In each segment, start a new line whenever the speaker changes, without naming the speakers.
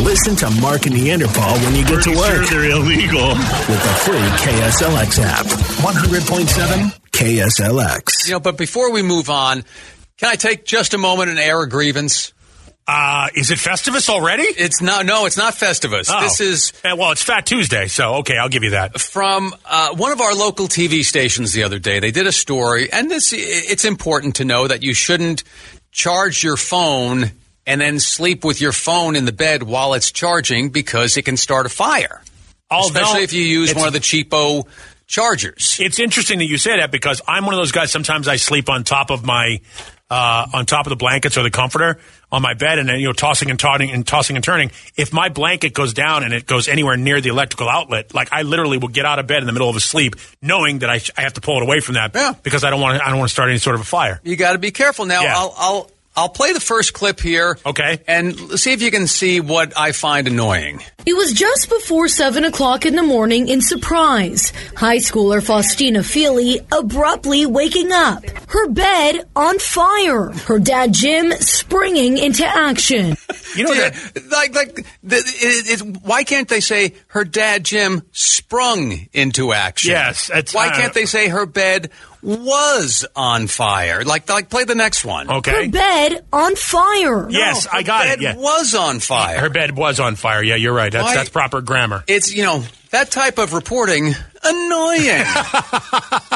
Listen to Mark and Neanderthal when you get
Pretty
to work
Sure they're illegal.
with the free KSLX app. 100.7 KSLX.
You know, but before we move on, can I take just a moment and air a grievance?
Uh, is it Festivus already?
It's not. No, it's not Festivus.
Oh.
This is
Eh, well, it's Fat Tuesday, so okay, I'll give you that.
from uh, one of our local TV stations the other day. They did a story, and this it's important to know that you shouldn't charge your phone and then sleep with your phone in the bed while it's charging because it can start a fire.
Although-
Especially if you use
it's-
one of the cheapo chargers.
It's interesting that you say that because I'm one of those guys. Sometimes I sleep on top of my, uh, on top of the blankets or the comforter on my bed, and then you know tossing and turning and tossing and turning. If my blanket goes down and it goes anywhere near the electrical outlet, like I literally will get out of bed in the middle of a sleep, knowing that I, sh- I have to pull it away from that
Yeah.
because I don't want to, I don't want to start any sort of a fire.
You got to be careful now.
Yeah.
I'll I'll I'll play the first clip here.
Okay.
And l- see if you can see what I find annoying.
It was just before 7 o'clock in the morning in surprise. High schooler Faustina Feely abruptly waking up, her bed on fire, her dad Jim springing into action.
You know that
like like the, it, it, why can't they say her dad Jim sprung into action?
Yes, it's- uh,
why
I don't
can't
know.
they say her bed was on fire? Like like play the next one. Oh,
okay?
Her bed on fire.
yes, I got
bed
it. Yeah,
was on fire.
her bed was on fire. Yeah, you're right. That's
Why-
that's proper grammar.
it's you know that type of reporting annoying.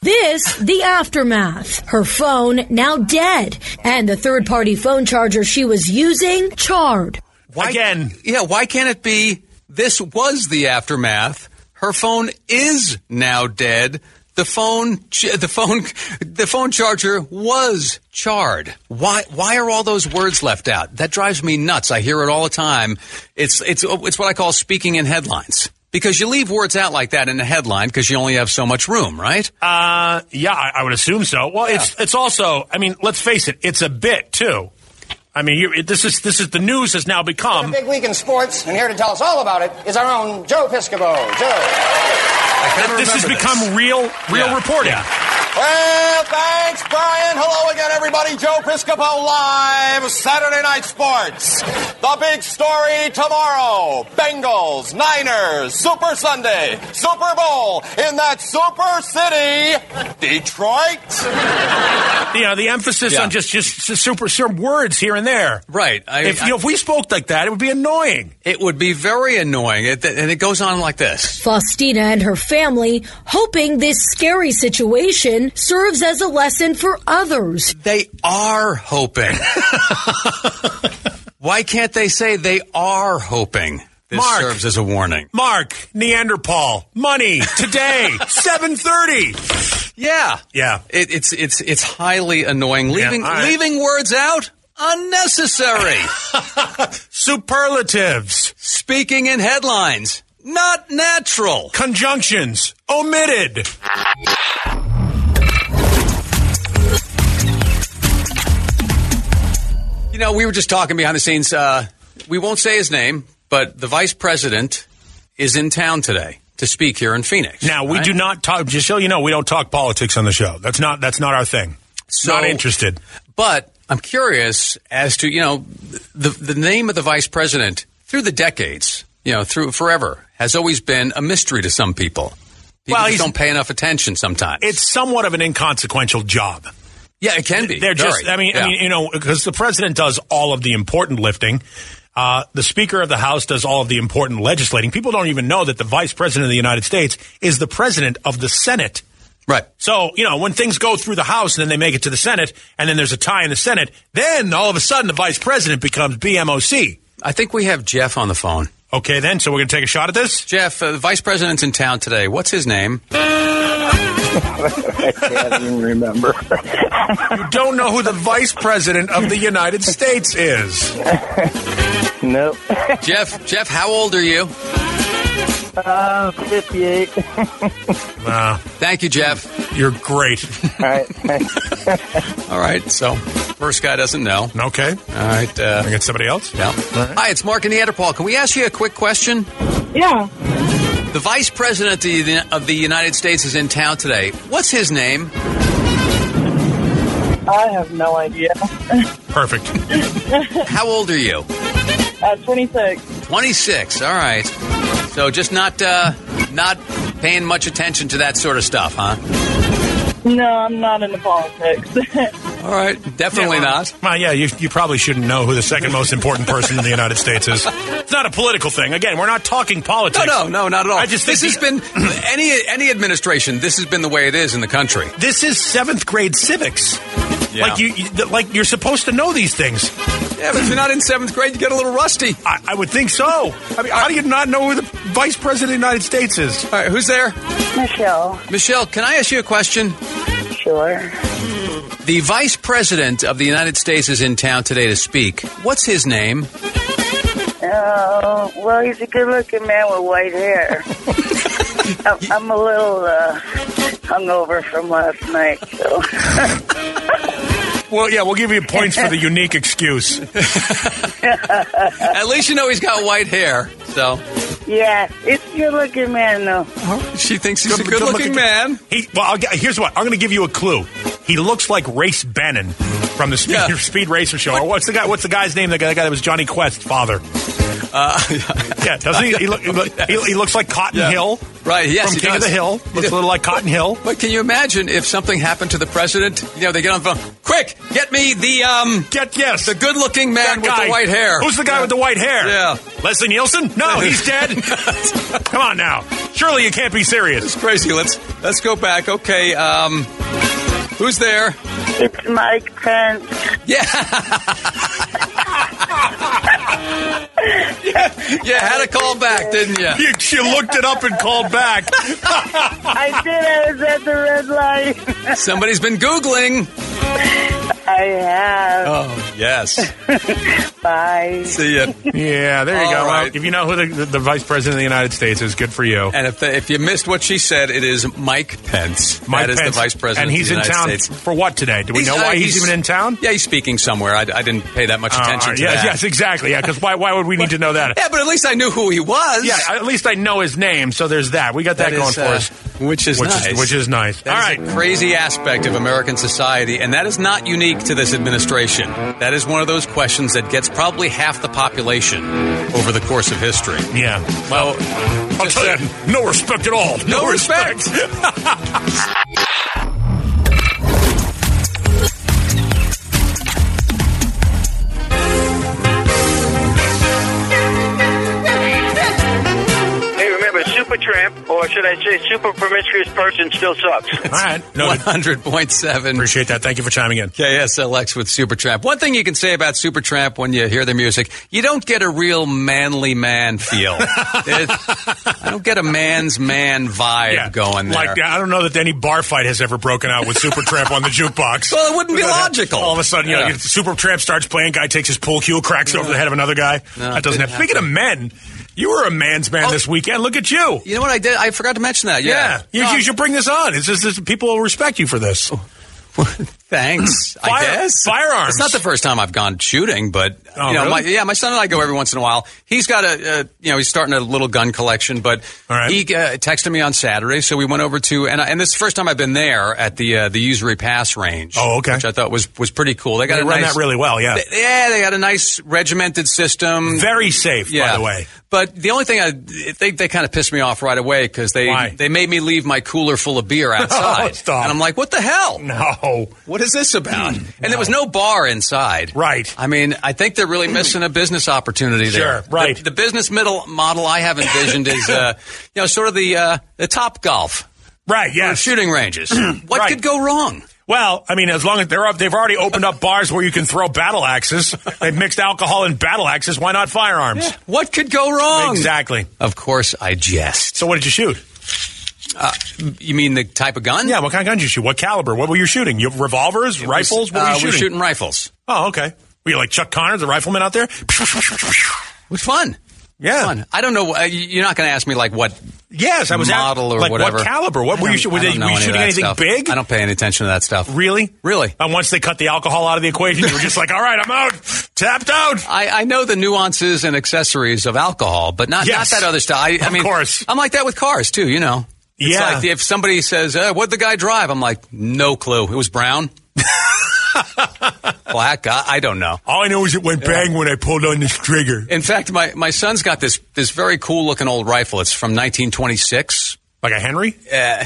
This, the aftermath. Her phone now dead, and the third party phone charger she was using charred.
Why-
Again,
Yeah, why can't it be this was the aftermath? Her phone is now dead. The phone ch- the phone the phone charger was charred. Why why are all those words left out? That drives me nuts. I hear it all the time. It's it's it's what I call speaking in headlines. Because you leave words out like that in a headline because you only have so much room, right?
Uh, yeah, I, I would assume so. Well, it's it's also. I mean, let's face it, it's a bit too. I mean, you, it, this is this is the news has now
A
become.
big week in sports, and here to tell us all about it is our own Joe Piscopo. Joe.
I kinda
This has
remember
become real real
Yeah,
reporting.
Well, thanks, Brian. Hello again, everybody. Joe Piscopo live, Saturday Night Sports. The big story tomorrow Bengals, Niners, Super Sunday, Super Bowl in that super city, Detroit.
You know, the emphasis
Yeah.
on just just s- super, super words here and there.
Right. I-
if you know, if we spoke like that, it would be annoying.
It would be very annoying. It, and it goes on like this.
Faustina and her family hoping this scary situation serves as a lesson for others.
They are hoping. Why can't they say they are hoping? This
Mark.
serves as a warning.
Mark Neanderthal, money today, seven thirty.
Yeah,
Yeah.
It, it's it's it's highly annoying. Leaving
all right.
leaving words out unnecessary.
Superlatives,
Speaking in headlines, not natural.
conjunctions, omitted.
You know, we were just talking behind the scenes. Uh, we won't say his name, but the vice president is in town today to speak here in Phoenix.
Now we
right?
do not talk. Just so you know, we don't talk politics on the show. That's not that's not our thing.
So-
not interested.
But I'm curious as to you know the the name of the vice president through the decades, you know, through forever has always been a mystery to some people. People
Well,
just
he's-
don't pay enough attention sometimes.
It's somewhat of an inconsequential job.
yeah, it can be.
They're just.
Very.
I mean,
Yeah.
I mean, you know, because the president does all of the important lifting. Uh, the Speaker of the House does all of the important legislating. People don't even know that the Vice President of the United States is the President of the Senate.
right.
So, you know, when things go through the House and then they make it to the Senate and then there's a tie in the Senate, then all of a sudden the Vice President becomes BMOC.
I think we have Jeff on the phone.
Okay, then, so we're going to take a shot at this?
Jeff, uh, the vice president's in town today. What's his name?
You don't know who the vice president of the United States is.
Nope.
Jeff. Jeff, how old are you?
Uh, 58. All
Uh,
Thank you, Jeff.
you're great.
right.
All right. So, first guy doesn't know.
Okay.
All right. Uh,
I got somebody else?
yeah. Hi, it's Mark and Neanderthal. Can we ask you a quick question?
Yeah.
The vice president of the, of the United States is in town today. What's his name?
I have no idea.
Perfect.
How old are you?
Uh, 26.
26. All right. So just not uh, not paying much attention to that sort of stuff, huh?
No, I'm not into politics.
All right. Definitely not.
Well, yeah, you, you probably shouldn't know who the second most important person in the United States is. It's not a political thing. Again, we're not talking
No,
politics.
no, no, not at all.
I just think
this has
the-
been any any administration. This has been the way it is in the country.
This is seventh grade civics.
Yeah.
Like you, you, th- like you're supposed to know these things.
Yeah, but if you're not in seventh grade, you get a little rusty.
I, I would think so. I mean, how do you not know who the vice president of the United States is?
All right, who's there?
Michelle,
Michelle, can I ask you a question?
sure.
The vice president of the United States is in town today to speak. What's his name?
Uh, well, he's a good looking man with white hair. I'm, I'm a little uh, hungover from last night, so.
Well, yeah, we'll give you points for the unique excuse.
At least you know he's got white hair. So
yeah, it's a good looking man, though.
she thinks he's a
Good- good-looking
good-looking man.
He, well, I'll, g- here's what I'm going to give you a clue. He looks like Race Bannon from the Speed,
Yeah.
Speed Racer show. Or what's the guy? What's the guy's name? The guy, the guy that was Johnny Quest's father.
Uh,
yeah, doesn't he? He, look, he, look- he, he looks like Cotton
Yeah.
Hill,
Right, yes,
from
he
King of
does.
the Hill.
He
Looks
does.
a little like Cotton Hill.
But can you imagine if something happened to the president? You know, they get on the phone. Quick, get me the um
Get yes,
the good-looking
that
man with
guy.
the white hair.
Who's the guy with the white hair?
Yeah.
Leslie Nielsen? No, he's dead. Come on now. Surely you can't be serious.
It's crazy. Let's let's go back. Okay, um, who's there?
It's Mike Pence.
You had a call back, didn't you?
You, you looked it up and called back.
I did, I was at the red light.
Somebody's been googling.
I have.
Oh yes.
Oh.
Bye.
See ya.
Yeah, there you
All
go.
right.
Well, if you know who the, the, the vice president of the United States is, good for you.
And if the, if you missed what she said, it is Mike Pence.
Mike
that is
Pence,
the vice president.
and he's
of the
in
United
town
States.
for what today? Do we know
uh,
why he's, even in town?
Yeah, he's speaking somewhere. I, I didn't pay that much attention
Uh,
to
yes,
that.
yes, exactly. Yeah, because why? Why would we need to know that?
Yeah, but at least I knew who he was.
Yeah, at least I know his name, so there's that. We got that,
That
going
is,
for
uh,
us,
which is
which
nice.
is which is nice.
That
All
is
right,
a crazy aspect of American society, and that is not unique to this administration. That is one of those questions that gets probably half the population over the course of history.
yeah.
Well,
I'll
just
tell
saying.
you, no respect at all. No,
No respect.
Hey, remember, Super Tramp, or should I say Super Promiscuous Person, still sucks.
all right, no,
100.7
appreciate that. Thank you for chiming in.
KSLX with Supertramp. One thing you can say about Supertramp when you hear the music, you don't get a real manly man feel. It- I don't get a man's man vibe going there.
Like I don't know that any bar fight has ever broken out with Supertramp on the jukebox.
Well, it wouldn't be logical.
All of a sudden, you know,
Yeah.
Supertramp starts playing. Guy takes his pool cue, cracks it over the head of another guy. that doesn't
didn't
happen. Speaking of men, you were a man's man
Oh.
this weekend. Look at you.
You know what I did? I forgot to mention that.
Yeah,
Yeah.
You-
No, Oh,
you,
I'm-
should bring this on. It's just this, people will respect you for this.
Thanks. I
Fire-
guess
firearms.
It's not the first time I've gone shooting, but
Oh,
you know,
really?
my, yeah, my son and I go every once in a while. He's got a, uh you know, he's starting a little gun collection, but
All right.
he uh, texted me on Saturday, so we went over to and I, and this is the first time I've been there at the uh, the usury pass range.
Oh, okay.
which I thought was was pretty cool. They got
They
a
run
nice,
that really well. Yeah,
They- yeah, they got a nice regimented system.
very safe.
yeah.
By the way,
But the only thing I they, they kind of pissed me off right away because they
Why? Oh,
they made me leave my cooler full of beer outside,
stop.
and I'm like, what the hell?
no.
What is this about? And there was no bar inside.
Hmm. Right.
I mean, I think they're really missing a business opportunity there.
Sure, right.
The, the business middle model I have envisioned is, uh, you know, sort of the uh, the top golf
Right? Yes.
shooting ranges. what
Right.
could go wrong?
Well, I mean, as long as they're up, they've already opened up bars where you can throw battle axes. They've mixed alcohol and battle axes. Why not firearms?
What could go wrong?
Exactly.
Of course, I jest.
So, what did you shoot?
You mean the type of gun?
Yeah, what kind of gun did you shoot? What caliber? What were you shooting? You revolvers, rifles? What were you
Uh,
shooting?
We're shooting rifles.
Oh, okay. Were you like Chuck Connors, the rifleman out there?
It was fun.
Yeah.
Fun. I don't know. Uh, you- you're not going to ask me like what
Yes, I was at-
model or
like,
whatever.
What caliber? What
I
were you
don't-
shooting? Were
I
they-
don't know
were you
any of
shooting
that
anything
stuff.
big?
I don't pay any attention to that stuff.
Really?
Really.
And once they cut the alcohol out of the equation, you were just like, all right, I'm out. Tapped out.
I, I know the nuances and accessories of alcohol, but not,
Yes.
not that other stuff. I, I
Of
mean,
course.
I'm like that with cars too. You know, it's
Yeah.
Like if somebody says, uh, "What'd the guy drive?" I'm like, "No clue. It was brown." Black guy? I don't know.
All I know is it went bang when I pulled on this trigger.
In fact, my, my son's got this this very cool looking old rifle. It's from 1926.
Like a Henry?
Uh,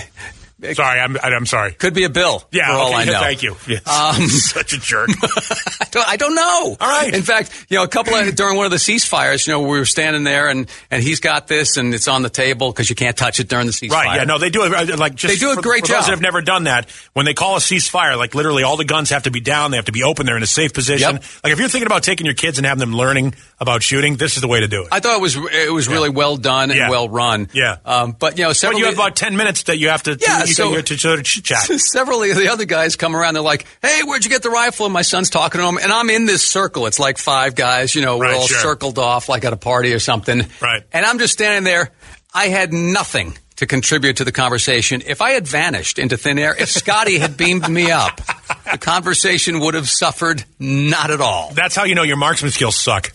Sorry, I'm, I'm sorry.
could be a bill.
Yeah,
for
okay,
all I
yeah,
know. Um,
Thank you. Yes. Such a jerk.
I don't, I don't know.
All right.
In fact, you know, a couple of during one of the ceasefires, you know, we were standing there and and he's got this and it's on the table because you can't touch it during the ceasefire.
right? Yeah. No, they do it. uh, Like just
They do a
for-
great
for those
job.
that have never done that, when they call a ceasefire, like literally all the guns have to be down. They have to be open. They're in a safe position.
Yep.
Like if you're thinking about taking your kids and having them learning about shooting, this is the way to do it.
I thought it was it was really well done and
Yeah.
well run.
Yeah.
Um, but you know,
but
several
you have about ten minutes that you have to
Yeah,
you, you
so-
to, to sort of chit chat.
Several of the other guys come around. They're like, "Hey, where'd you get the rifle?" And my son's talking to him, and I'm in this circle. It's like five guys, you know,
Right,
we're all
sure.
circled off, like at a party or something.
Right.
And I'm just standing there. I had nothing to contribute to the conversation. If I had vanished into thin air, if Scotty had beamed me up, the conversation would have suffered not at all.
That's how you know your marksman skills suck.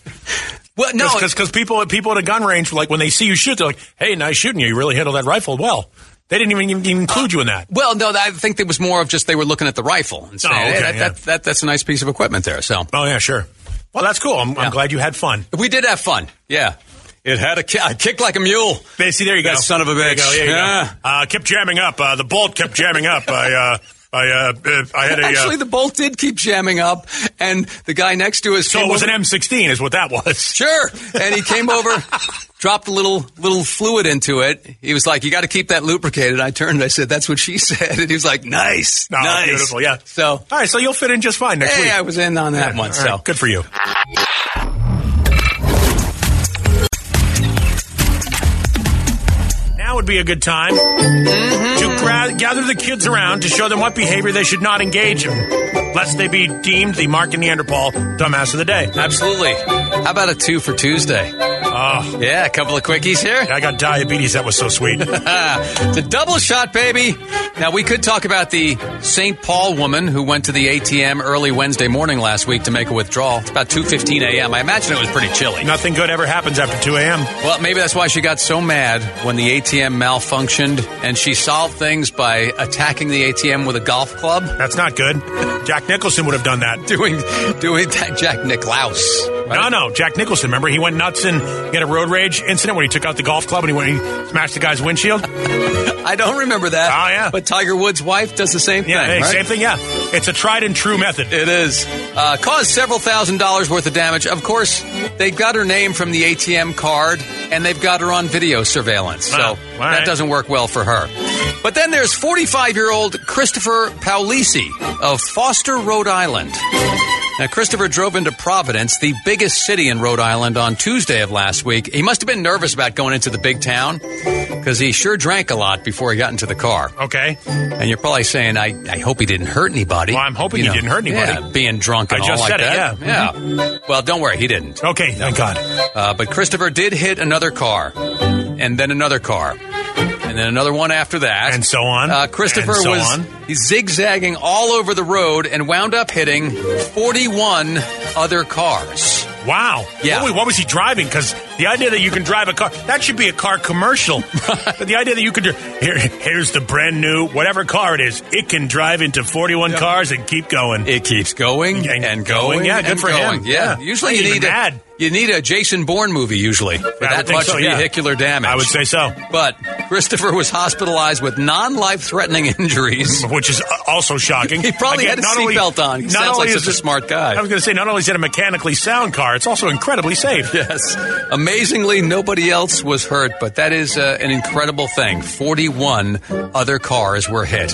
Well, no,
because people people at a gun range like when they see you shoot, they're like, "Hey, nice shooting you! You really handled that rifle well." They didn't even, even include you in that.
well, no. I think it was more of just they were looking at the rifle and saying,
Oh,
"Hey,
okay,
that,
yeah.
that, that, that's a nice piece of equipment there." So.
Oh yeah, sure. Well, that's cool. I'm, I'm glad you had fun.
We did have fun. Yeah. It had a kick. I kicked like a mule.
They see there you
That
go,
son of a
There you
bitch.
go, there you
Yeah.
go. Uh, kept jamming up. Uh, the bolt kept jamming up. I uh, I uh, uh, I had a uh,
Actually, the bolt did keep jamming up, and the guy next to us.
so
came
it was
over-
an M16, is what that was.
Sure. And he came over, dropped a little little fluid into it. He was like, "You got to keep that lubricated." I turned. I said, "That's what she said." And he was like, "Nice,
No,
nice,
Oh, beautiful. Yeah.
So,
all right, so you'll fit in just fine next
hey,
week.
I was in on that one.
All right,
So
good for you. Now would be a good time to gra- gather the kids around to show them what behavior they should not engage in, lest they be deemed the Mark and Neanderthal dumbass of the day.
Absolutely. How about a two for Tuesday?
Oh,
Yeah, a couple of quickies here.
I got diabetes. That was so sweet.
The double shot, baby. Now, we could talk about the St. Paul woman who went to the ATM early Wednesday morning last week to make a withdrawal. It's about 2.15 a.m. I imagine it was pretty chilly.
Nothing good ever happens after 2 a.m.
Well, maybe that's why she got so mad when the ATM malfunctioned and she solved things by attacking the ATM with a golf club,
That's not good. Jack Nicholson would have done that.
doing doing that Jack Nicklaus.
No, no, Jack Nicholson. Remember, he went nuts and he had a road rage incident where he took out the golf club and he went and he smashed the guy's windshield.
I don't remember that.
Oh, yeah.
But Tiger Woods' wife does the same
Yeah,
thing,
hey,
right?
same thing. Yeah, it's a tried and true method.
It is. Uh, caused several thousand dollars worth of damage. Of course, they've got her name from the ATM card and they've got her on video surveillance. So
Wow. Ah, All
that
right.
doesn't work well for her. But then there's 45 year old Christopher Paulisi of Foster, Rhode Island. Now, Christopher drove into Providence, the biggest city in Rhode Island, on Tuesday of last week. He must have been nervous about going into the big town because he sure drank a lot before he got into the car.
Okay,
And you're probably saying, I, I hope he didn't hurt anybody.
Well, I'm hoping he didn't hurt anybody.
Yeah, being drunk
I
and all
just
like
said it,
that.
yeah. Mm-hmm.
Yeah. Well, don't worry, he didn't.
okay, thank God.
Uh, but Christopher did hit another car, and then another car, and then another one after that,
And so on,
Uh, Christopher
and so
was
on.
he's zigzagging all over the road and wound up hitting 41 other cars.
Wow.
Yeah.
What, wa- what was he driving? Because the idea that you can drive a car—that should be a car commercial. but the idea that you could dr- here, here's the brand new whatever car it is, it can drive into 41 cars and keep going.
It keeps going
And
and,
going.
going.
Yeah, good
and
for
going.
him.
Yeah.
Yeah.
Usually
I
you
ain't
need
even mad.
a, you need a Jason Bourne movie usually for
I would
that
think
much
so, yeah.
vehicular damage.
I would say so.
But Christopher was hospitalized with non-life-threatening injuries.
Which is uh, also shocking.
He probably had his
not only-
seatbelt on. He
not
sounds
only
like
is
such a
it-
smart guy.
I was going to say, not only is it a mechanically sound car, it's also incredibly safe.
Yes. Amazingly, nobody else was hurt, but that is uh, an incredible thing. 41 other cars were hit.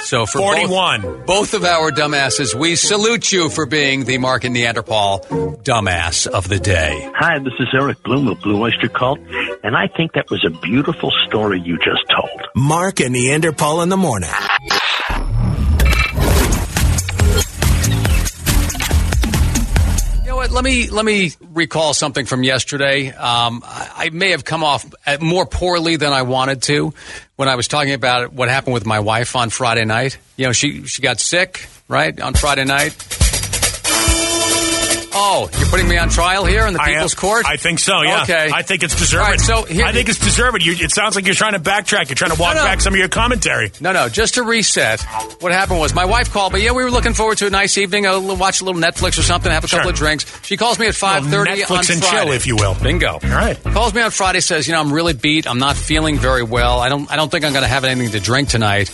So for both-
41.
Both, of our dumbasses, we salute you for being the Mark and Neanderthal dumbass of the day.
Hi, this is Eric Bloom of Blue Oyster Cult, and I think that was a beautiful story you just told.
Mark and Neanderthal in the morning.
You know what? Let me let me recall something from yesterday. Um, I, I may have come off uh, more poorly than I wanted to when I was talking about what happened with my wife on Friday night. You know, she she got sick right on Friday night. Oh, you're putting me on trial here in the
I am-
People's Court?
I think so. Yeah.
Okay.
I think it's deserved.
All right, so here-
I think it's deserved. You, it sounds like you're trying to backtrack. You're trying to walk
No, no.
back some of your commentary.
No, no, just to reset. What happened was my wife called me. Yeah, we were looking forward to a nice evening, a little, watch a little Netflix or something, have a couple
Sure.
of drinks. She calls me at 5.30 on
Netflix and chill,
Friday.
if you will.
Bingo.
All right.
Calls me on Friday, says, you know, I'm really beat. I'm not feeling very well. I don't I don't think I'm going to have anything to drink tonight,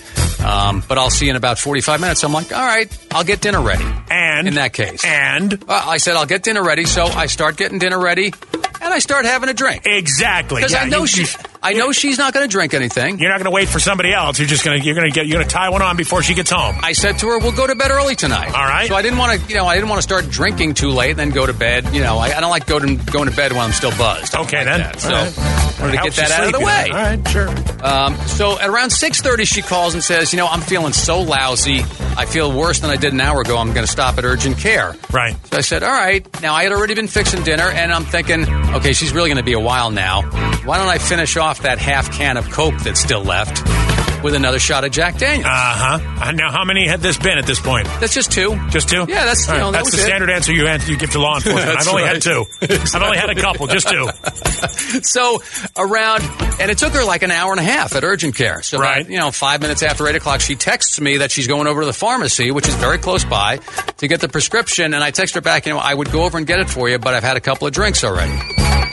um, but I'll see you in about 45 minutes. I'm like, all right, I'll get dinner ready.
And
In that case.
and
Well, I said, I'll get dinner ready. So I start getting dinner ready, and I start having a drink.
exactly.
Because
Yeah,
I know
you-
she, I know she's not going to drink anything.
You're not going to wait for somebody else. You're just going to you're going to get you're going to tie one on before she gets home.
I said to her, "We'll go to bed early tonight."
All right.
So I didn't want to, you know, I didn't want to start drinking too late and then go to bed. You know, I, I don't like go to, going to bed when I'm still buzzed. I don't
Okay
like
then.
that. So
All right.
wanted to get
Helps you
that out of the
sleep,
way.
you know. All right, sure.
Um, so at around six thirty, she calls and says, "You know, I'm feeling so lousy. I feel worse than I did an hour ago. I'm going to stop at urgent care."
Right.
So I said, "All right." Now I had already been fixing dinner, and I'm thinking, "Okay, she's really going to be a while now. Why don't I finish off that half can of Coke that's still left with another shot of Jack Daniels?"
Uh huh. Now, how many had this been at this point?
that's just two.
Just two?
Yeah, that's-
All
you know, that
that's
was
the
it.
standard answer you an- you give to law enforcement.
That's
I've only had
right.
two. I've only had a couple, just two.
So around, and it took her like an hour and a half at urgent care. So about,
Right.
you know, five minutes after eight o'clock, she texts me that she's going over to the pharmacy, which is very close by, to get the prescription. And I text her back, you know, I would go over and get it for you, but I've had a couple of drinks already,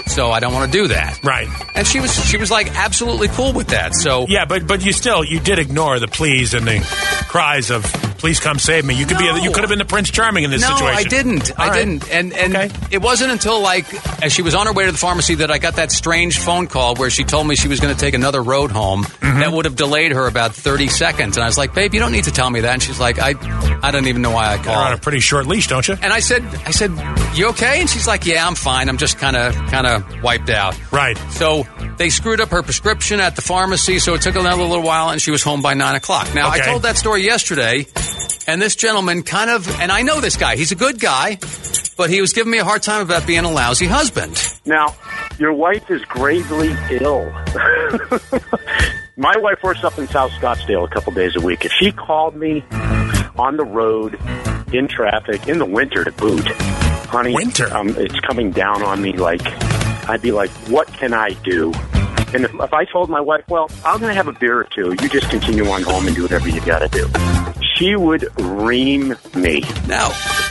so I don't want to do that.
Right.
And she was she was like absolutely cool with that. So
Yeah, but but you still you did ignore the pleas and the cries of please come save me. You could be
No.
you could have been the Prince Charming in this
no,
situation.
I didn't. I
All right.
didn't. And and
Okay.
it wasn't until like as she was on her way to the pharmacy that I got that strange phone call where she told me she was going to take another road home
Mm-hmm.
that would have delayed her about thirty seconds. And I was like, "Babe, you don't need to tell me that." And she's like, "I, I don't even know why I
You're on a
called."
pretty short leash, don't you?
And I said, "I said, you okay?" And she's like, "Yeah, I'm fine. I'm just kind of kind of wiped out."
Right.
So they screwed up her prescription at the pharmacy, so it took another little while, and she was home by nine o'clock. Now
Okay.
I told that story yesterday, and this gentleman kind of, and I know this guy, he's a good guy, but he was giving me a hard time about being a lousy husband.
Now, your wife is gravely ill. My wife works up in South Scottsdale a couple days a week. If she called me on the road, in traffic, in the winter to boot, honey,
Winter?
um, it's coming down on me like, I'd be like, what can I do? And if, if I told my wife, well, I'm going to have a beer or two, you just continue on home and do whatever you got to do, she would ream me.
Now,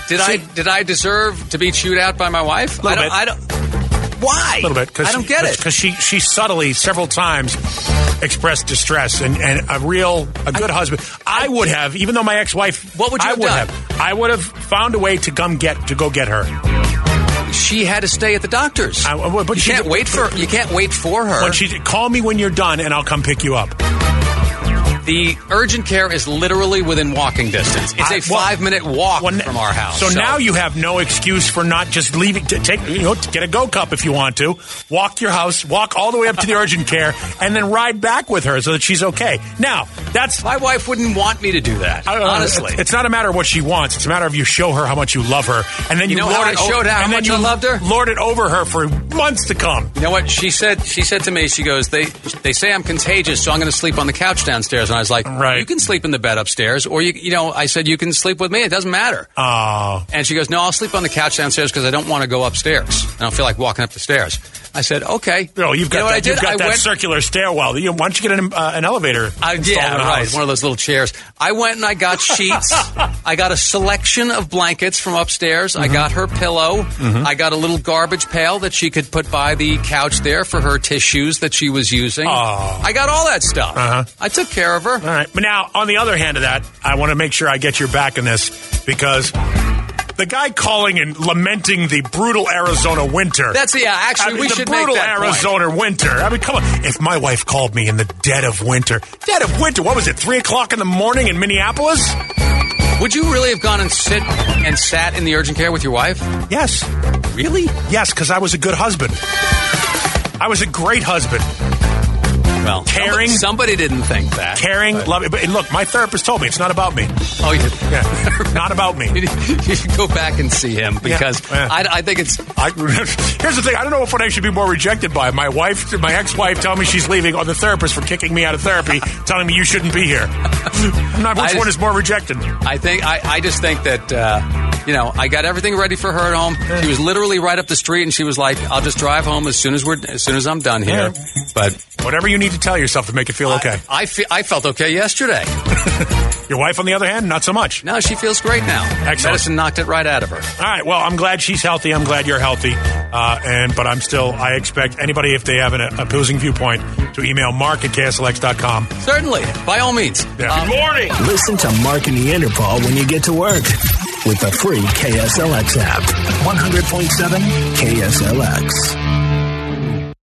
did I did I deserve to be chewed out by my wife? I
Little bit.
don't. I don't why?
A little bit.
I don't get it.
Because she, she subtly several times expressed distress and, and a real a good husband. I would have, even though my ex wife.
What would you
I
have
would
done?
have. I would have found a way to come get to go get her.
She had to stay at the doctor's.
I- well, but
you
she
can't
did-
wait for you can't wait for her.
When she call me when you're done, and I'll come pick you up.
The urgent care is literally within walking distance. It's a
I- well-
five minute walk
Well, n-
from our house.
So, now you have no excuse for not just leaving. To take you know, to get a go cup if you want to. Walk your house. Walk all the way up to the urgent care, and then ride back with her so that she's okay. Now that's
My wife wouldn't want me to do that.
I- I-
honestly.
it's not a matter of what she wants. It's a matter of you show her how much you love her, and then
You
you,
know
lord
how I
it o-
showed her how
and then
much
you
I loved her?
Lord it over her for months to come.
you know what she said? She said to me, she goes, "They they say I'm contagious, so I'm going to sleep on the couch downstairs." And I was like,
Right.
"You can sleep in the bed upstairs, or you you know," I said, "You can sleep with me. It doesn't matter."
Oh,
And she goes, "No, I'll sleep on the couch downstairs because I don't want to go upstairs. I don't feel like walking up the stairs." I said, "Okay."
no, Oh, you've got
you know what
that,
I did?
you've got
I
that
went,
circular stairwell. You, why don't you get an, uh, an elevator?
I,
installed
yeah,
in the
right.
house?
One of those little chairs. I went and I got sheets. I got a selection of blankets from upstairs. I
Mm-hmm.
got her pillow. I got a little garbage pail that she could put by the couch there for her tissues that she was using.
Oh. Uh-huh.
I got all that stuff. I took care of her.
All right. But now, on the other hand of that, I want to make sure I get your back in this because the guy calling and lamenting the brutal Arizona winter.
That's yeah. Actually,
I mean,
we
the
should make
brutal
that point.
Arizona winter. I mean, come on. If my wife called me in the dead of winter, dead of winter, what was it? Three o'clock in the morning in Minneapolis?
Would you really have gone and sit and sat in the urgent care with your wife?
Yes,
Really?
yes, because I was a good husband. I was a great husband,
Well,
Caring?
Somebody, somebody didn't think that.
caring, loving. But look, my therapist told me it's not about me.
Oh, you,
Yeah, not about me.
you should go back and see him because
Yeah.
I, I think it's
I, here's the thing. I don't know if what I should be more rejected by. My wife, my ex-wife, telling me she's leaving, or the therapist for kicking me out of therapy, telling me you shouldn't be here. I'm not. Which
I just-
one is more rejected?
I think I, I just think that uh, you know, I got everything ready for her at home. She was literally right up the street, and she was like, "I'll just drive home as soon as we're as soon as I'm done here." But
Whatever you need to tell yourself to make you feel okay.
I fe- I felt okay yesterday.
Your wife, on the other hand, not so much.
No, she feels great now.
Excellent.
Medicine knocked it right out of her.
All right. Well, I'm glad she's healthy. I'm glad you're healthy. Uh, and but I'm still. I expect anybody if they have an opposing viewpoint to email mark at kslx.com.
Certainly, by all means. Um,
Yeah.
Morning.
Listen to Mark and Neanderthal when you get to work with the free KSLX app. 100.7 KSLX.